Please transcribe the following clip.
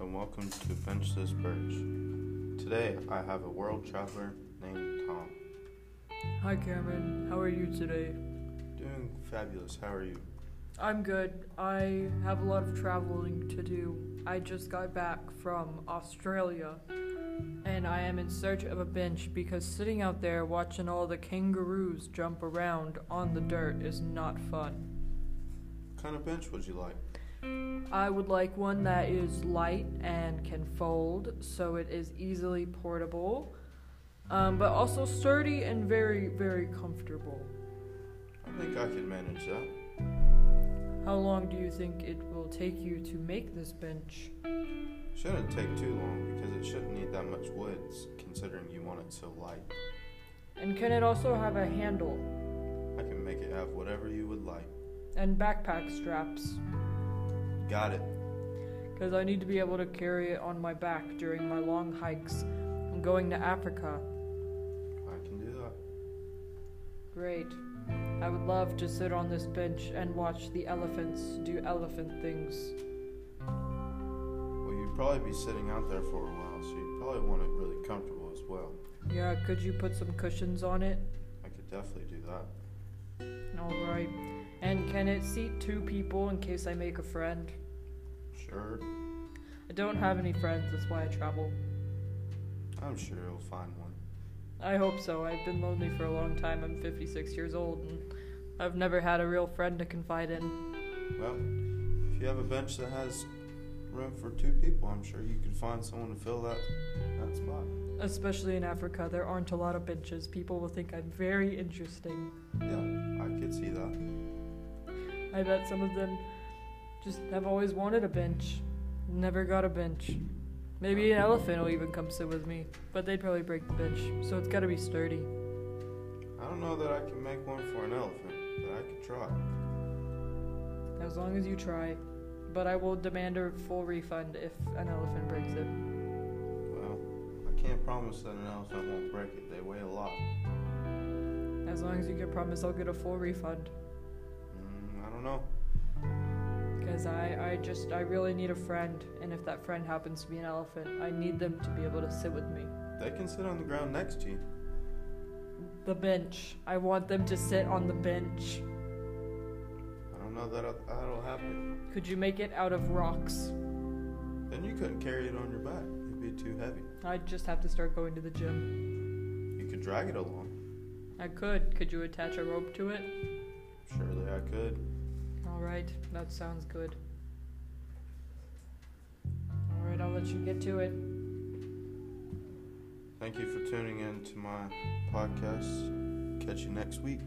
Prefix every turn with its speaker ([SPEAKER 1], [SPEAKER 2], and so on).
[SPEAKER 1] welcome to Bench This Birch. Today I have a world traveler named Tom.
[SPEAKER 2] Hi Cameron, how are you today?
[SPEAKER 1] Doing fabulous, how are you?
[SPEAKER 2] I'm good. I have a lot of traveling to do. I just got back from Australia and I am in search of a bench because sitting out there watching all the kangaroos jump around on the dirt is not fun.
[SPEAKER 1] What kind of bench would you like?
[SPEAKER 2] I would like one that is light and can fold so it is easily portable, um, but also sturdy and very, very comfortable.
[SPEAKER 1] I think I could manage that.
[SPEAKER 2] How long do you think it will take you to make this bench?
[SPEAKER 1] Shouldn't take too long because it shouldn't need that much wood s- considering you want it so light.
[SPEAKER 2] And can it also have a handle
[SPEAKER 1] I can make it have whatever you would like.
[SPEAKER 2] and backpack straps?
[SPEAKER 1] Got it.
[SPEAKER 2] Because I need to be able to carry it on my back during my long hikes. I'm going to Africa.
[SPEAKER 1] I can do that.
[SPEAKER 2] Great. I would love to sit on this bench and watch the elephants do elephant things.
[SPEAKER 1] Well, you'd probably be sitting out there for a while, so you'd probably want it really comfortable as well.
[SPEAKER 2] Yeah, could you put some cushions on it?
[SPEAKER 1] I could definitely do that.
[SPEAKER 2] Alright. And can it seat two people in case I make a friend?
[SPEAKER 1] Sure.
[SPEAKER 2] I don't have any friends, that's why I travel.
[SPEAKER 1] I'm sure you'll find one.
[SPEAKER 2] I hope so. I've been lonely for a long time. I'm 56 years old and I've never had a real friend to confide in.
[SPEAKER 1] Well, if you have a bench that has room for two people, I'm sure you could find someone to fill that that spot.
[SPEAKER 2] Especially in Africa, there aren't a lot of benches. People will think I'm very interesting.
[SPEAKER 1] Yeah, I could see that.
[SPEAKER 2] I bet some of them just have always wanted a bench, never got a bench. Maybe an elephant will even come sit with me, but they'd probably break the bench, so it's gotta be sturdy.
[SPEAKER 1] I don't know that I can make one for an elephant, but I could try.
[SPEAKER 2] As long as you try. But I will demand a full refund if an elephant breaks it.
[SPEAKER 1] Well, I can't promise that an elephant won't break it. They weigh a lot.
[SPEAKER 2] As long as you can promise I'll get a full refund.
[SPEAKER 1] Mm, I don't know.
[SPEAKER 2] Because I, I just, I really need a friend, and if that friend happens to be an elephant, I need them to be able to sit with me.
[SPEAKER 1] They can sit on the ground next to you.
[SPEAKER 2] The bench. I want them to sit on the bench.
[SPEAKER 1] I don't know that that'll happen.
[SPEAKER 2] Could you make it out of rocks?
[SPEAKER 1] Then you couldn't carry it on your back. It'd be too heavy.
[SPEAKER 2] I'd just have to start going to the gym.
[SPEAKER 1] You could drag it along.
[SPEAKER 2] I could. Could you attach a rope to it?
[SPEAKER 1] Surely I could.
[SPEAKER 2] Alright, that sounds good. Alright, I'll let you get to it.
[SPEAKER 1] Thank you for tuning in to my podcast. Catch you next week.